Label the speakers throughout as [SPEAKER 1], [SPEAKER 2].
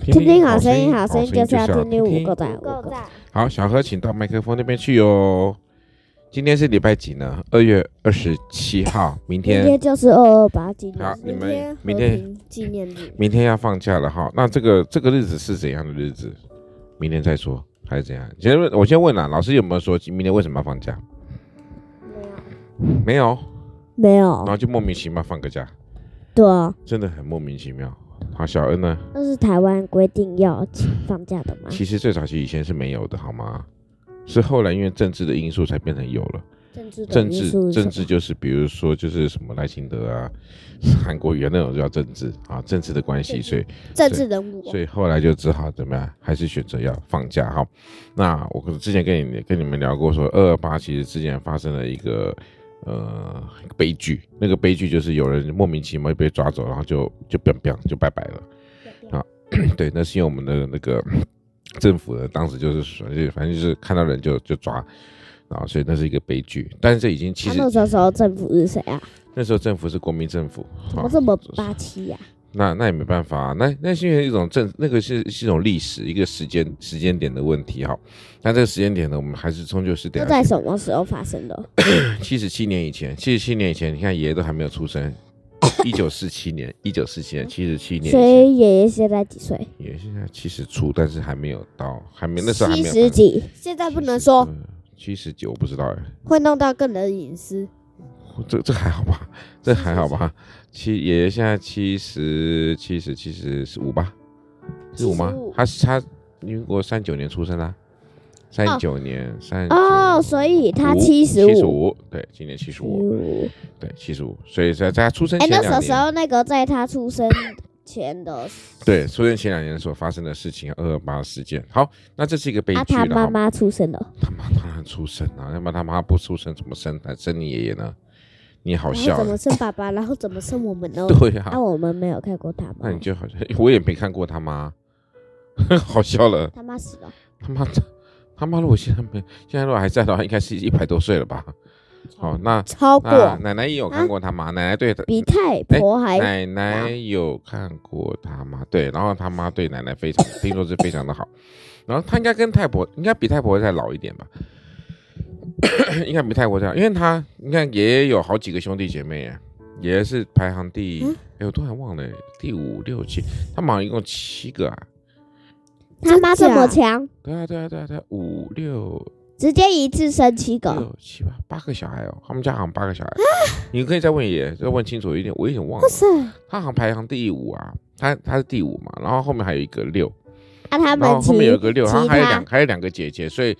[SPEAKER 1] 听听
[SPEAKER 2] 好
[SPEAKER 1] 好声
[SPEAKER 2] 音，
[SPEAKER 1] 音，好声音就是要听
[SPEAKER 2] 听
[SPEAKER 1] 听五个
[SPEAKER 2] 听
[SPEAKER 1] 赞，
[SPEAKER 3] 不
[SPEAKER 1] 五个
[SPEAKER 3] 够
[SPEAKER 1] 赞。
[SPEAKER 3] 赞，
[SPEAKER 2] 好，小何，请到麦克风那边去哟。今天是礼拜几呢？二月二十七号，明
[SPEAKER 1] 明
[SPEAKER 2] 天
[SPEAKER 1] 天就是二二八纪念
[SPEAKER 2] 好
[SPEAKER 1] 日，
[SPEAKER 2] 你们明
[SPEAKER 3] 明
[SPEAKER 2] 天
[SPEAKER 3] 天和平纪念日，
[SPEAKER 2] 明天要放假了哈。那这个这个日子是怎样的日子？明天再说还是怎样？先问我先问啦，老师有没有说明天为什么要放假？
[SPEAKER 3] 没有
[SPEAKER 2] 没有，
[SPEAKER 1] 没
[SPEAKER 2] 然
[SPEAKER 1] 有，
[SPEAKER 2] 后就莫名其妙放个假，
[SPEAKER 1] 对啊，
[SPEAKER 2] 真的很莫名其妙。好，小恩呢？
[SPEAKER 1] 那是台湾规定要请放假的吗？
[SPEAKER 2] 其实最早期以前是没有的，好吗？是后来因为政治的因素才变成有了。
[SPEAKER 3] 政治的
[SPEAKER 2] 政
[SPEAKER 1] 因
[SPEAKER 2] 治
[SPEAKER 1] 素是什
[SPEAKER 2] 政
[SPEAKER 1] 么
[SPEAKER 2] 治就是比如说就是什么赖清德啊、韩国瑜啊那种叫政治啊，政治的关系，
[SPEAKER 3] 政治
[SPEAKER 2] 所以
[SPEAKER 3] 政治人物
[SPEAKER 2] 所以后来就只好怎么样，还是选择要放假哈。那我之前跟你跟你们聊过说，二二八其实之前发生了一个呃悲剧，那个悲剧就是有人莫名其妙被抓走，然后就就 biang biang 就拜拜了。
[SPEAKER 3] 哦，
[SPEAKER 2] 啊对，那是因为我们的那个政府呢，当时就是说就反正就是看到人就就抓，然后所以那是一个悲剧。但是这已经其
[SPEAKER 1] 他
[SPEAKER 2] 实
[SPEAKER 1] 那时候时候政府是谁啊？
[SPEAKER 2] 那时候政府是国民政府，
[SPEAKER 1] 怎
[SPEAKER 2] 啊
[SPEAKER 1] 么这么啊霸气呀？
[SPEAKER 2] 那那也没办法、啊，那那是因为一种政，那个是是一种历史，一个时间时间点的问题哈。那这个时间点呢，我们还是终究是得
[SPEAKER 1] 都
[SPEAKER 2] 要
[SPEAKER 1] 在什么时候发生的？
[SPEAKER 2] 啊七十七年以前，七十七年以前，你看爷爷都还没有出 生，一九四七年，一九四七年，七十七年以
[SPEAKER 1] 所
[SPEAKER 2] 前，
[SPEAKER 1] 以爷爷现在几岁？
[SPEAKER 2] 爷爷现在七十出，但是还没有到，还没那时候还
[SPEAKER 1] 七
[SPEAKER 2] 没有
[SPEAKER 1] 十几，
[SPEAKER 3] 现在不能说，
[SPEAKER 2] 七十九，我不知道哎、
[SPEAKER 3] 会弄到个人的隐私。
[SPEAKER 2] 这这还好吧？这还好吧？七爷爷现在七十七十七十五吧？是五吗
[SPEAKER 3] 75？
[SPEAKER 2] 他是他民国三九年出生的啊、三九年三
[SPEAKER 1] 哦，所以他七十
[SPEAKER 2] 七十
[SPEAKER 1] 五。
[SPEAKER 2] 五，对，今年七十五，
[SPEAKER 1] 五。
[SPEAKER 2] 对，七十五，所以在在他出生
[SPEAKER 1] 哎，
[SPEAKER 2] 前
[SPEAKER 1] 那
[SPEAKER 2] 两
[SPEAKER 1] 时候
[SPEAKER 2] 年，
[SPEAKER 1] 时候那个在他出生前 的
[SPEAKER 2] 对，出生前两年所发生的事情，二二八事件。好，那这是一个悲
[SPEAKER 1] 啊，
[SPEAKER 2] 剧
[SPEAKER 1] 他
[SPEAKER 2] 了
[SPEAKER 1] 妈
[SPEAKER 2] 哈。
[SPEAKER 1] 妈出生了，
[SPEAKER 2] 他妈当然出生啊，要不然他妈不出生怎么生生你爷爷呢？你好
[SPEAKER 3] 然后
[SPEAKER 2] 笑
[SPEAKER 3] 怎
[SPEAKER 2] 欸，
[SPEAKER 3] 么生爸爸，然后怎么生我们呢？
[SPEAKER 2] 对呀、
[SPEAKER 1] 啊，我们没有看过他
[SPEAKER 2] 那
[SPEAKER 1] 妈
[SPEAKER 2] 你，就好像 我也没看过他妈， 好笑了。
[SPEAKER 3] 他妈死了，
[SPEAKER 2] 他妈的，他妈如果现在没现在如果还在的话，应该是一百多岁了吧？好，那
[SPEAKER 3] 超过啊
[SPEAKER 2] 那奶奶也有看过他妈，奶奶对他
[SPEAKER 1] 比太婆还
[SPEAKER 2] 奶奶有看过他妈，对，然后他妈对奶奶非常，听说是非常的好。 然后他应该跟太婆，应该比太婆再老一点吧？ 应该比太婆再老，因为他你看爷爷有好几个兄弟姐妹耶，爷爷是排行第，哎、我突然忘了耶，第五六七，他们好像一共七个啊。
[SPEAKER 1] 他妈这么强，
[SPEAKER 2] 对啊，对啊，对啊，对啊，五六
[SPEAKER 1] 直接一次生七个，
[SPEAKER 2] 六七八八个小孩哦，他们家好像八个小孩。你可以再问爷爷，再问清楚一点，我有点忘了
[SPEAKER 1] 哇。塞！
[SPEAKER 2] 他好像排行第五啊，他他是第五嘛，然后后面还有一个六，
[SPEAKER 1] 啊，他
[SPEAKER 2] 然后
[SPEAKER 1] 们
[SPEAKER 2] 后面有一
[SPEAKER 1] 其
[SPEAKER 2] 个六，
[SPEAKER 1] 其
[SPEAKER 2] 然后还有
[SPEAKER 1] 他
[SPEAKER 2] 两还有两个姐姐，所以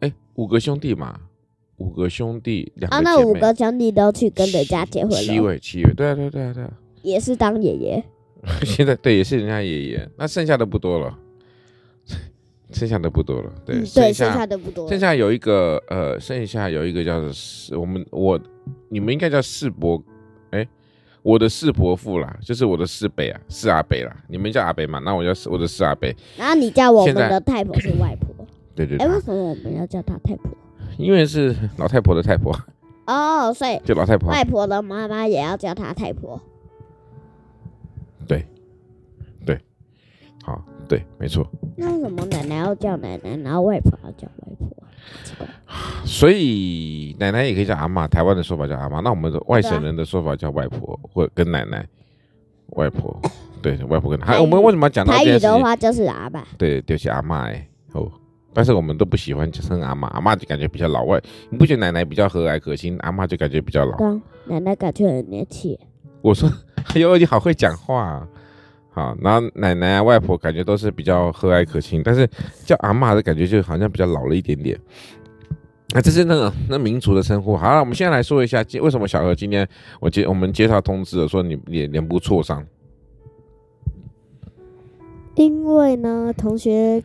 [SPEAKER 2] 哎五个兄弟嘛，五个兄弟两个
[SPEAKER 1] 啊，
[SPEAKER 2] 姐妹。
[SPEAKER 1] 那五个兄弟都去跟人家结婚
[SPEAKER 2] 七
[SPEAKER 1] 了，
[SPEAKER 2] 位七位，对啊对啊对啊对 啊，
[SPEAKER 1] 也是当爷爷。
[SPEAKER 2] 现在对也是人家爷爷，那剩下的不多了，剩下的不多了，对，
[SPEAKER 3] 嗯对，剩
[SPEAKER 2] 下
[SPEAKER 3] 下的不多了
[SPEAKER 2] 剩。下有一个呃，剩下有一个叫做世我们我你们应该叫世伯，哎，我的世伯父啦，就是我的世伯啊，世阿伯啦，你们叫阿伯嘛，那我叫世我的世阿伯，
[SPEAKER 1] 然后你叫我们
[SPEAKER 2] 现在
[SPEAKER 1] 的太婆是外婆，
[SPEAKER 2] 对对
[SPEAKER 1] 哎，
[SPEAKER 2] 对，
[SPEAKER 1] 为什么我们要叫她太婆？
[SPEAKER 2] 因为是老太婆的太婆，
[SPEAKER 1] 哦，所以
[SPEAKER 2] 就老太婆，
[SPEAKER 1] 外婆的妈妈也要叫她太婆。
[SPEAKER 2] 好，对，没错，
[SPEAKER 1] 那为什么奶奶要叫奶奶，然后外婆要叫外婆？啊奇怪
[SPEAKER 2] 所以奶奶也可以叫阿嬷，台湾的说法叫阿嬷，那我们的外
[SPEAKER 1] 啊
[SPEAKER 2] 省人的说法叫外婆或者跟奶奶，外婆，对，外婆跟奶奶，还
[SPEAKER 1] 台语
[SPEAKER 2] 我们为什么要讲到
[SPEAKER 1] 哎台
[SPEAKER 2] 这件
[SPEAKER 1] 语
[SPEAKER 2] 事
[SPEAKER 1] 的
[SPEAKER 2] 情？
[SPEAKER 1] 话就是阿爸，
[SPEAKER 2] 对，丢弃阿嬷哎、哦，但是我们都不喜欢称阿嬷，阿嬷就感觉比较老外，你不觉得奶奶比较和蔼可亲，阿嬷就感觉比较老？
[SPEAKER 1] 对啊，奶奶感觉很年轻。
[SPEAKER 2] 我说，哎呦，你好会讲话、啊。好，然后奶奶啊、外婆感觉都是比较和蔼可亲，但是叫阿嬷的感觉就好像比较老了一点点。啊，这是那个那民族的称呼。好了，我们现在来说一下，今为什么小何今天我接我们接到通知了，说你脸脸部挫伤。
[SPEAKER 3] 因为呢，同学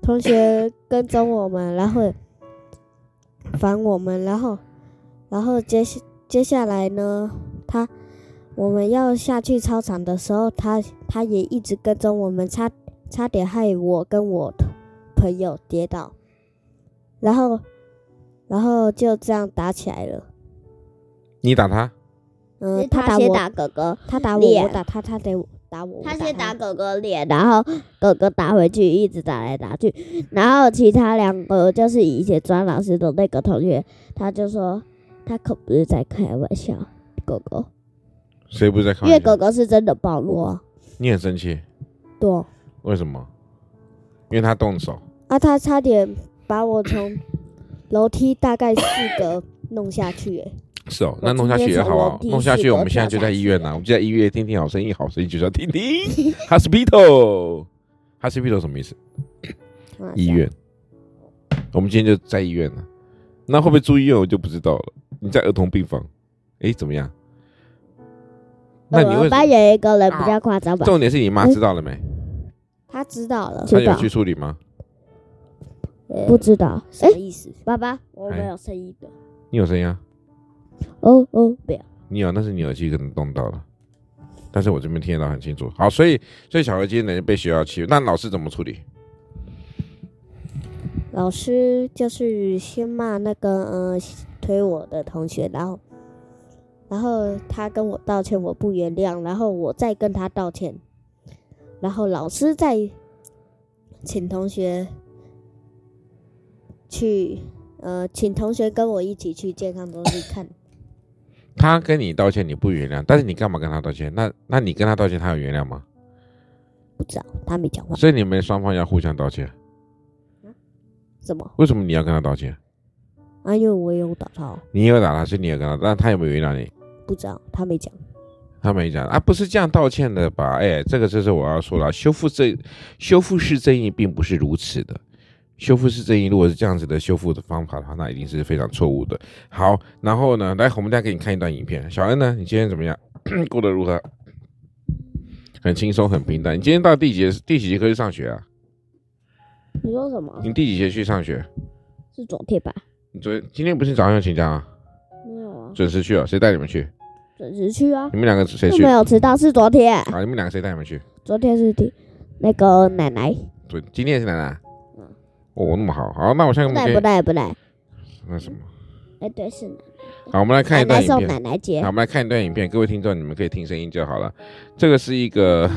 [SPEAKER 3] 同学跟踪我们，然后烦我们，然后然后接下接下来呢，他我们要下去操场的时候，他他也一直跟踪我们，差差点害我跟我朋友跌倒，然后然后就这样打起来了。
[SPEAKER 2] 你打他？
[SPEAKER 3] 嗯、
[SPEAKER 1] 是
[SPEAKER 3] 他
[SPEAKER 1] 他
[SPEAKER 3] 打
[SPEAKER 1] 先
[SPEAKER 3] 我，
[SPEAKER 1] 打哥哥，
[SPEAKER 3] 他打我，
[SPEAKER 1] 脸
[SPEAKER 3] 我打他，他打我，打我，
[SPEAKER 1] 他
[SPEAKER 3] 我
[SPEAKER 1] 先打
[SPEAKER 3] 他。
[SPEAKER 1] 狗狗脸，然后狗狗打回去，一直打来打去。然后其他两
[SPEAKER 3] 呃
[SPEAKER 1] 个就是以前抓老师的那个同学，他就说他可不是在开玩笑，狗狗，
[SPEAKER 2] 谁不是在看？
[SPEAKER 1] 因为狗狗是真的暴怒啊。
[SPEAKER 2] 你很生气，
[SPEAKER 3] 对啊，
[SPEAKER 2] 为什么？因为他动手，
[SPEAKER 3] 啊他差点把我从楼梯大概四格弄下去、欸，
[SPEAKER 2] 是哦，
[SPEAKER 1] 我
[SPEAKER 2] 那弄下去也好啊
[SPEAKER 1] 今天从楼，梯
[SPEAKER 2] 弄下去
[SPEAKER 1] 四
[SPEAKER 2] 我
[SPEAKER 1] 楼
[SPEAKER 2] 们现在就在医院
[SPEAKER 1] 跳
[SPEAKER 2] 呐，
[SPEAKER 1] 下去
[SPEAKER 2] 我们就在医院听听好声音，好声音就是要 听听 hospital，hospital 什么意思？
[SPEAKER 3] 啊
[SPEAKER 2] 医，院，我们今天就在医院了，啊那会不会住医院我就不知道了。你在儿童病房，诶，怎么样？那你
[SPEAKER 1] 我
[SPEAKER 2] 为什
[SPEAKER 1] 们班
[SPEAKER 2] 么？
[SPEAKER 1] 有一个人比较夸张吧，
[SPEAKER 2] 重点是你妈知道了没？
[SPEAKER 3] 他知道了，
[SPEAKER 2] 她
[SPEAKER 1] 嗯知
[SPEAKER 2] 有
[SPEAKER 1] 道
[SPEAKER 2] 去处理吗？
[SPEAKER 3] 呃
[SPEAKER 1] 不知道。
[SPEAKER 3] 什
[SPEAKER 1] 哎
[SPEAKER 3] 么，意思？
[SPEAKER 1] 爸爸，我
[SPEAKER 2] 哎
[SPEAKER 1] 没有声音的。
[SPEAKER 2] 你有声音啊？
[SPEAKER 1] 哦哦，不要。
[SPEAKER 2] 你有，那是你耳机可能动到了，但是我这边听得到很清楚。好，所以所以小何今天被学校欺负，那老师怎么处理？
[SPEAKER 3] 老师就是先骂那个呃推我的同学，然后然后他跟我道歉，我不原谅，然后我再跟他道歉，然后老师再请同学去呃请同学跟我一起去健康中心看，
[SPEAKER 2] 他跟你道歉，你不原谅，但是你干嘛跟他道歉？那那你跟他道歉，他有原谅吗？
[SPEAKER 3] 不知道他没讲话，
[SPEAKER 2] 所以你们双方要互相道歉。
[SPEAKER 3] 怎么
[SPEAKER 2] 为什么你要跟他道歉？
[SPEAKER 3] 啊？因为我有打他，
[SPEAKER 2] 你也有打他，所以你也跟他，但他有没有原谅你？
[SPEAKER 3] 不知道他没讲，
[SPEAKER 2] 他没讲啊，不是这样道歉的吧？哎，这个就是我要说了，修复正修复式正义并不是如此的。修复式正义如果是这样子的修复的方法的话，那一定是非常错误的。好，然后呢，来，我们再给你看一段影片。小恩呢，你今天怎么样？ 过得如何？很轻松，很平淡。你今天到第几节第几节课去上学啊？
[SPEAKER 1] 你说什么？
[SPEAKER 2] 你第几节去上学？
[SPEAKER 1] 是昨天吧？
[SPEAKER 2] 你昨天今天不是早上有请假啊？
[SPEAKER 1] 没有啊，
[SPEAKER 2] 准时去啊？谁带你们去？
[SPEAKER 1] 准时去啊。
[SPEAKER 2] 你们两个谁
[SPEAKER 1] 又
[SPEAKER 2] 去？
[SPEAKER 1] 没有迟到，是昨天。
[SPEAKER 2] 啊，你们两个谁带你们去？
[SPEAKER 1] 昨天是第那个奶奶，
[SPEAKER 2] 对，今天也是奶奶。
[SPEAKER 1] 嗯
[SPEAKER 2] 哦，那么好，好，那我现在我们
[SPEAKER 1] 不奶
[SPEAKER 2] 可
[SPEAKER 1] 不
[SPEAKER 2] 以
[SPEAKER 1] 奶不奶，
[SPEAKER 2] 那什么？
[SPEAKER 1] 哎，对，是奶
[SPEAKER 2] 好，我们来看
[SPEAKER 1] 奶
[SPEAKER 2] 一段
[SPEAKER 1] 奶
[SPEAKER 2] 影
[SPEAKER 1] 送奶
[SPEAKER 2] 片。
[SPEAKER 1] 奶节
[SPEAKER 2] 好，我。们来看一段影片，各位听众，你们可以听声音就好了。这个是一个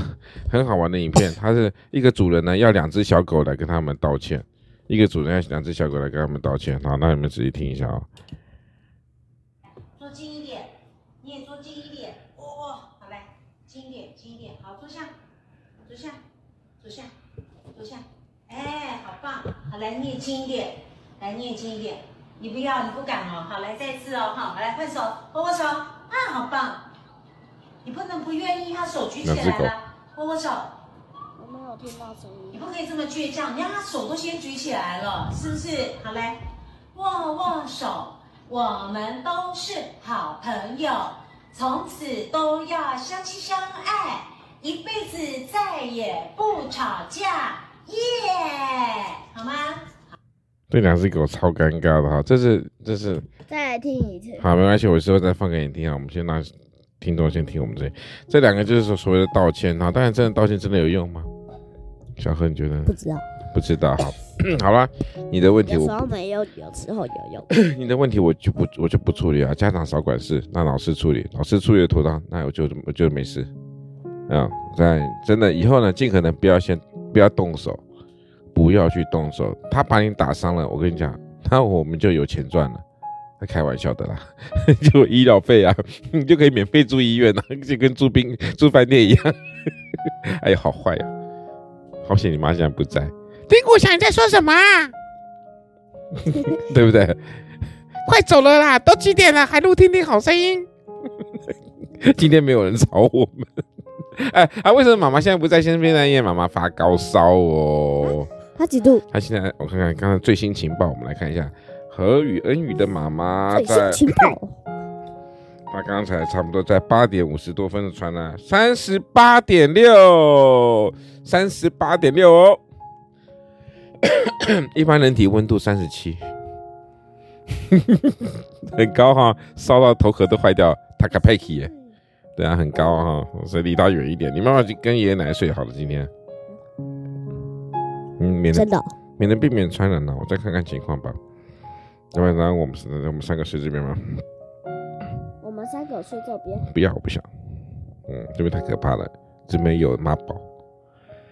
[SPEAKER 2] 很好玩的影片，它是一个主人呢要两只小狗来跟他们道歉，一个主人要两只小狗来跟他们道歉。好，那你们仔细听一下啊、
[SPEAKER 4] 坐近一点，你也坐近一点。哦哦，好来，近一点，近一点，好，坐下，坐下，坐下，坐下。哎，好棒，好来，你也近一点，来，你也近一点。你不要，你不敢哦。好，来，再一次哦，好，来换手，握握手，啊，好棒。你不能不愿意，他手举起
[SPEAKER 2] 两只
[SPEAKER 4] 来
[SPEAKER 2] 狗
[SPEAKER 4] 了，握握手。
[SPEAKER 1] 我没有听到声
[SPEAKER 4] 你。不可以这么倔强，你看他手都先举起来了，是不是？好嘞，握握手，我们都是好朋友，从此都要相亲相爱，一辈子再也不吵架，耶、好吗？
[SPEAKER 2] 对，两只狗超尴尬的哈，这是这是
[SPEAKER 1] 再来听一次。
[SPEAKER 2] 好，没关系，我之后再放给你听啊。我们先让听众先听我们这这两个就是所所谓的道歉啊。当然，真的道歉真的有用吗？小何，你觉得呢
[SPEAKER 3] 不知道。
[SPEAKER 2] 不知道？ 好，好吧，你的问题
[SPEAKER 1] 有时
[SPEAKER 2] 我
[SPEAKER 1] 候没有，有时候有用。
[SPEAKER 2] 你的问题我就不我就不处理啊。家长少管事，让老师处理，老师处理的妥当，那我就我就没事。啊，在真的以后呢，尽可能不要先不要动手，不要去动手。他把你打伤了，我跟你讲，那我们就有钱赚了。那开玩笑的啦， 就有医疗费啊，你就可以免费住医院啊，就跟住宾住饭店一样。哎呀，好坏呀、好险你妈现在不 在。丁谷想你在说什么啊？ 对不对？快走了啦，都几点了，还录听听好声音。 今天没有人吵我们。哎啊，为什么妈妈现在不在身边呢？因为妈妈发高烧哦。
[SPEAKER 3] 他几度？
[SPEAKER 2] 她现在我看看刚才最新情报，我们来看一下何雨恩雨的妈妈
[SPEAKER 3] 最
[SPEAKER 2] 在
[SPEAKER 3] 新情报，
[SPEAKER 2] 她刚才差不多在八点五十多分的传了三十八点六，三十八点六哦。 一般人体温度三十七， 很高哈，烧到头壳都坏掉。塔卡佩奇耶，
[SPEAKER 3] 嗯
[SPEAKER 2] 对啊，很高哈，所以离他远一点。你妈妈去跟爷爷奶奶睡好了，今天，嗯，免得
[SPEAKER 3] 真的哦
[SPEAKER 2] 免得避免传染呢、我再看看情况吧。要不然我们我们三个睡这边吧。
[SPEAKER 1] 我们三个睡这边，
[SPEAKER 2] 不要，我不想。嗯，这边太可怕了，这边有妈宝，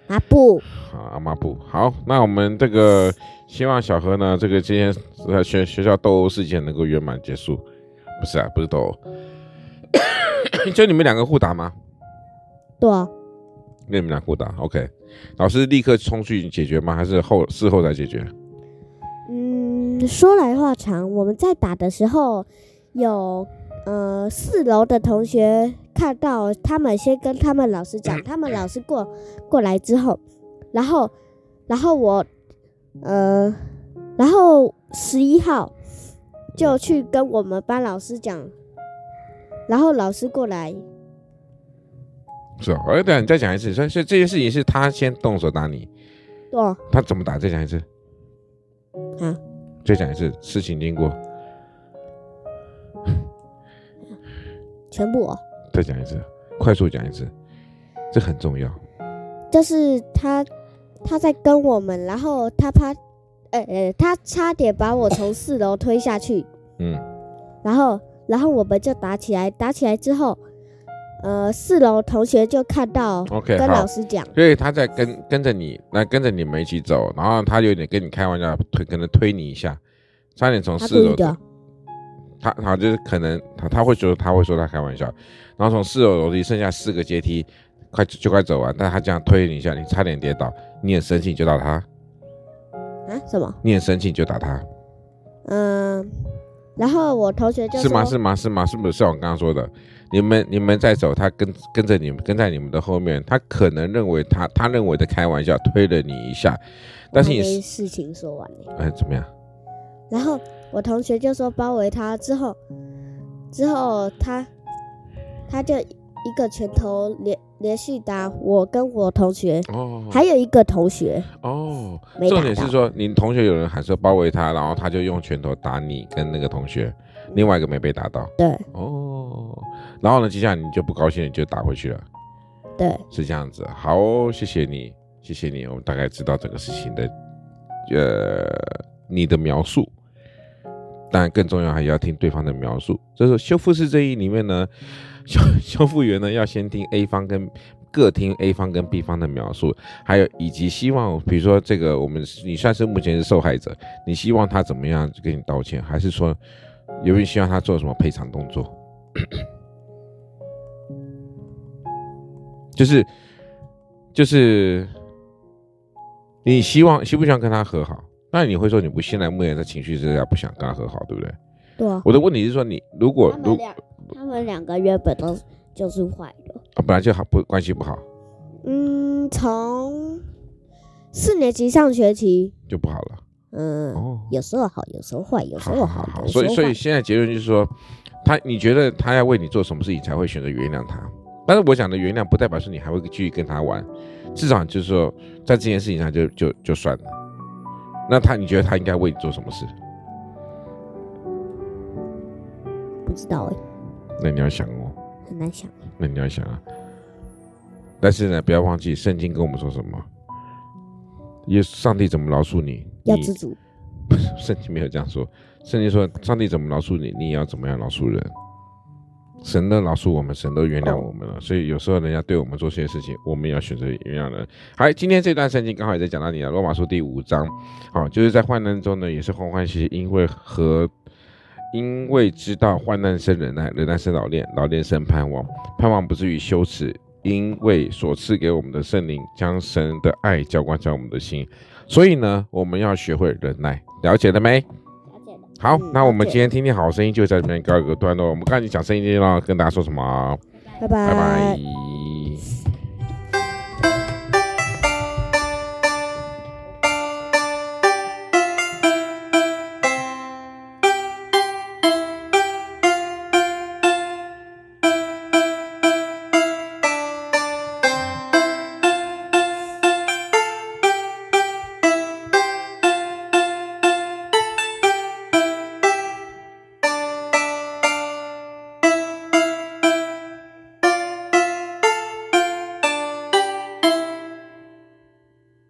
[SPEAKER 1] 啊不，
[SPEAKER 2] 好阿妈布。好，那我们这个希望小何呢，这个今天呃学学校斗殴事件能够圆满结束。不是啊，不是斗殴， 就你们两个互打吗？
[SPEAKER 3] 对啊，
[SPEAKER 2] 那你们俩互打，OK？老师立刻冲去解决吗？还是后事后再解决？
[SPEAKER 3] 嗯，说来话长，我们在打的时候，有呃四楼的同学看到他们，先跟他们老师讲，他们老师过过来之后，然后然后我呃，然后十一号就去跟我们班老师讲，然后老师过来，
[SPEAKER 2] 是啊，哎，对啊，你再讲一次，所以所以这件事情是他先动手打你，
[SPEAKER 3] 对啊，
[SPEAKER 2] 他怎么打？再讲一次。
[SPEAKER 3] 啊，
[SPEAKER 2] 再讲一次事情经过，
[SPEAKER 3] 全部我。
[SPEAKER 2] 再讲一次，快速讲一次，这很重要。
[SPEAKER 3] 就是他他在跟我们，然后他怕，呃呃，他差点把我从四楼推下去，
[SPEAKER 2] 嗯，
[SPEAKER 3] 然后然后我们就打起来，打起来之后，呃，四楼同学就看到
[SPEAKER 2] OK，
[SPEAKER 3] 跟
[SPEAKER 2] 好
[SPEAKER 3] 老师讲，
[SPEAKER 2] 所以他在跟跟着你，那跟着你们一起走，然后他有点跟你开玩笑，推可能推你一下，差点从
[SPEAKER 3] 他
[SPEAKER 2] 哦四
[SPEAKER 3] 故意
[SPEAKER 2] 楼
[SPEAKER 3] 的，
[SPEAKER 2] 他他就是可能他他会觉得他会说他开玩笑，然后从四楼楼梯剩下四个阶梯，快就快走完，但他这样推你一下，你差点跌倒，你很生气你就打他，
[SPEAKER 3] 啊什么，
[SPEAKER 2] 你很生气你就打他，
[SPEAKER 3] 嗯、然后我同学就是
[SPEAKER 2] 吗？
[SPEAKER 3] 说，
[SPEAKER 2] 是吗？是吗？是不是像我刚刚说的？你们你们在走，他跟跟着你们，跟在你们的后面，他可能认为他他认为的开玩笑推了你一下，但是
[SPEAKER 3] 还
[SPEAKER 2] 你
[SPEAKER 3] 没
[SPEAKER 2] 是
[SPEAKER 3] 事情说完呢，
[SPEAKER 2] 哎怎么样？
[SPEAKER 3] 然后我同学就说包围他之后，之后他他就一个拳头连连续打我跟我同学。
[SPEAKER 2] 哦
[SPEAKER 3] 还有一个同学
[SPEAKER 2] 哦，
[SPEAKER 3] 没
[SPEAKER 2] 重
[SPEAKER 3] 打
[SPEAKER 2] 点是
[SPEAKER 3] 到，
[SPEAKER 2] 说你同学有人喊说包围他，然后他就用拳头打你跟那个同学，另外一个没被打到
[SPEAKER 3] 对
[SPEAKER 2] 哦，然后呢，接下来你就不高兴，你就打回去了。
[SPEAKER 3] 对，
[SPEAKER 2] 是这样子。好哦、谢谢你，谢谢你。我们大概知道整个事情的，呃，你的描述。当然，更重要还要听对方的描述。这是修复式正义里面呢， 修修复员呢要先听 A 方跟各听 A 方跟 B 方的描述，还有以及希望，比如说这个我们你算是目前是受害者，你希望他怎么样跟你道歉，还是说有没有希望他做什么赔偿动作？ 就是就是你希望希不希望跟他和好？那你会说你不现在目前的情绪之下不想跟他和好，对不对？
[SPEAKER 3] 对啊，
[SPEAKER 2] 我的问题是说你如果
[SPEAKER 1] 他
[SPEAKER 2] 如
[SPEAKER 1] 们两他们两个原本都就是坏的，
[SPEAKER 2] 啊本来就好不关系不好
[SPEAKER 3] 嗯，从四年级上学期，
[SPEAKER 2] 就不好了
[SPEAKER 3] 嗯，
[SPEAKER 2] 哦。
[SPEAKER 1] 有时候好，有时候坏，有时
[SPEAKER 2] 好
[SPEAKER 1] 候
[SPEAKER 2] 好好好，
[SPEAKER 1] 有时
[SPEAKER 2] 所
[SPEAKER 1] 候
[SPEAKER 2] 以所以
[SPEAKER 1] 坏
[SPEAKER 2] 现在结论就是说，他你觉得他要为你做什么事情才会选择原谅他？但是我讲的原谅不代表说你还会继续跟他玩，至少就是说在这件事情上就就就算了。那他你觉得他应该为你做什么事？
[SPEAKER 1] 不知
[SPEAKER 3] 欸
[SPEAKER 1] 道哎、
[SPEAKER 2] 那你要想哦。
[SPEAKER 1] 很难想。
[SPEAKER 2] 那你要想啊。但是呢，不要忘记圣经跟我们说什么？耶稣，上帝怎么饶恕你？
[SPEAKER 1] 要
[SPEAKER 2] 你
[SPEAKER 1] 知足，
[SPEAKER 2] 圣经没有这样说，圣经说上帝怎么饶恕你，你也要怎么样饶恕人。神都饶恕我们，神都原谅我们了。所以有时候人家对我们做些事情，我们也要选择原谅人。好，今天这段圣经刚好也在讲到你了，《罗马书》第五章，好、就是在患难中呢，也是欢欢喜喜，因为和因为知道患难生忍耐，忍耐生老练，老练生盼望，盼望不至于羞耻，因为所赐给我们的圣灵将神的爱浇灌在我们的心。所以呢，我们要学会忍耐，了解了没？
[SPEAKER 1] 了解了，
[SPEAKER 2] 好，
[SPEAKER 3] 嗯
[SPEAKER 2] 那我们
[SPEAKER 3] 了解
[SPEAKER 2] 今天听听好声音就在这边告一个段落。我们刚才讲声音了，跟大家说什么？
[SPEAKER 3] 拜
[SPEAKER 2] 拜
[SPEAKER 3] 拜
[SPEAKER 2] 拜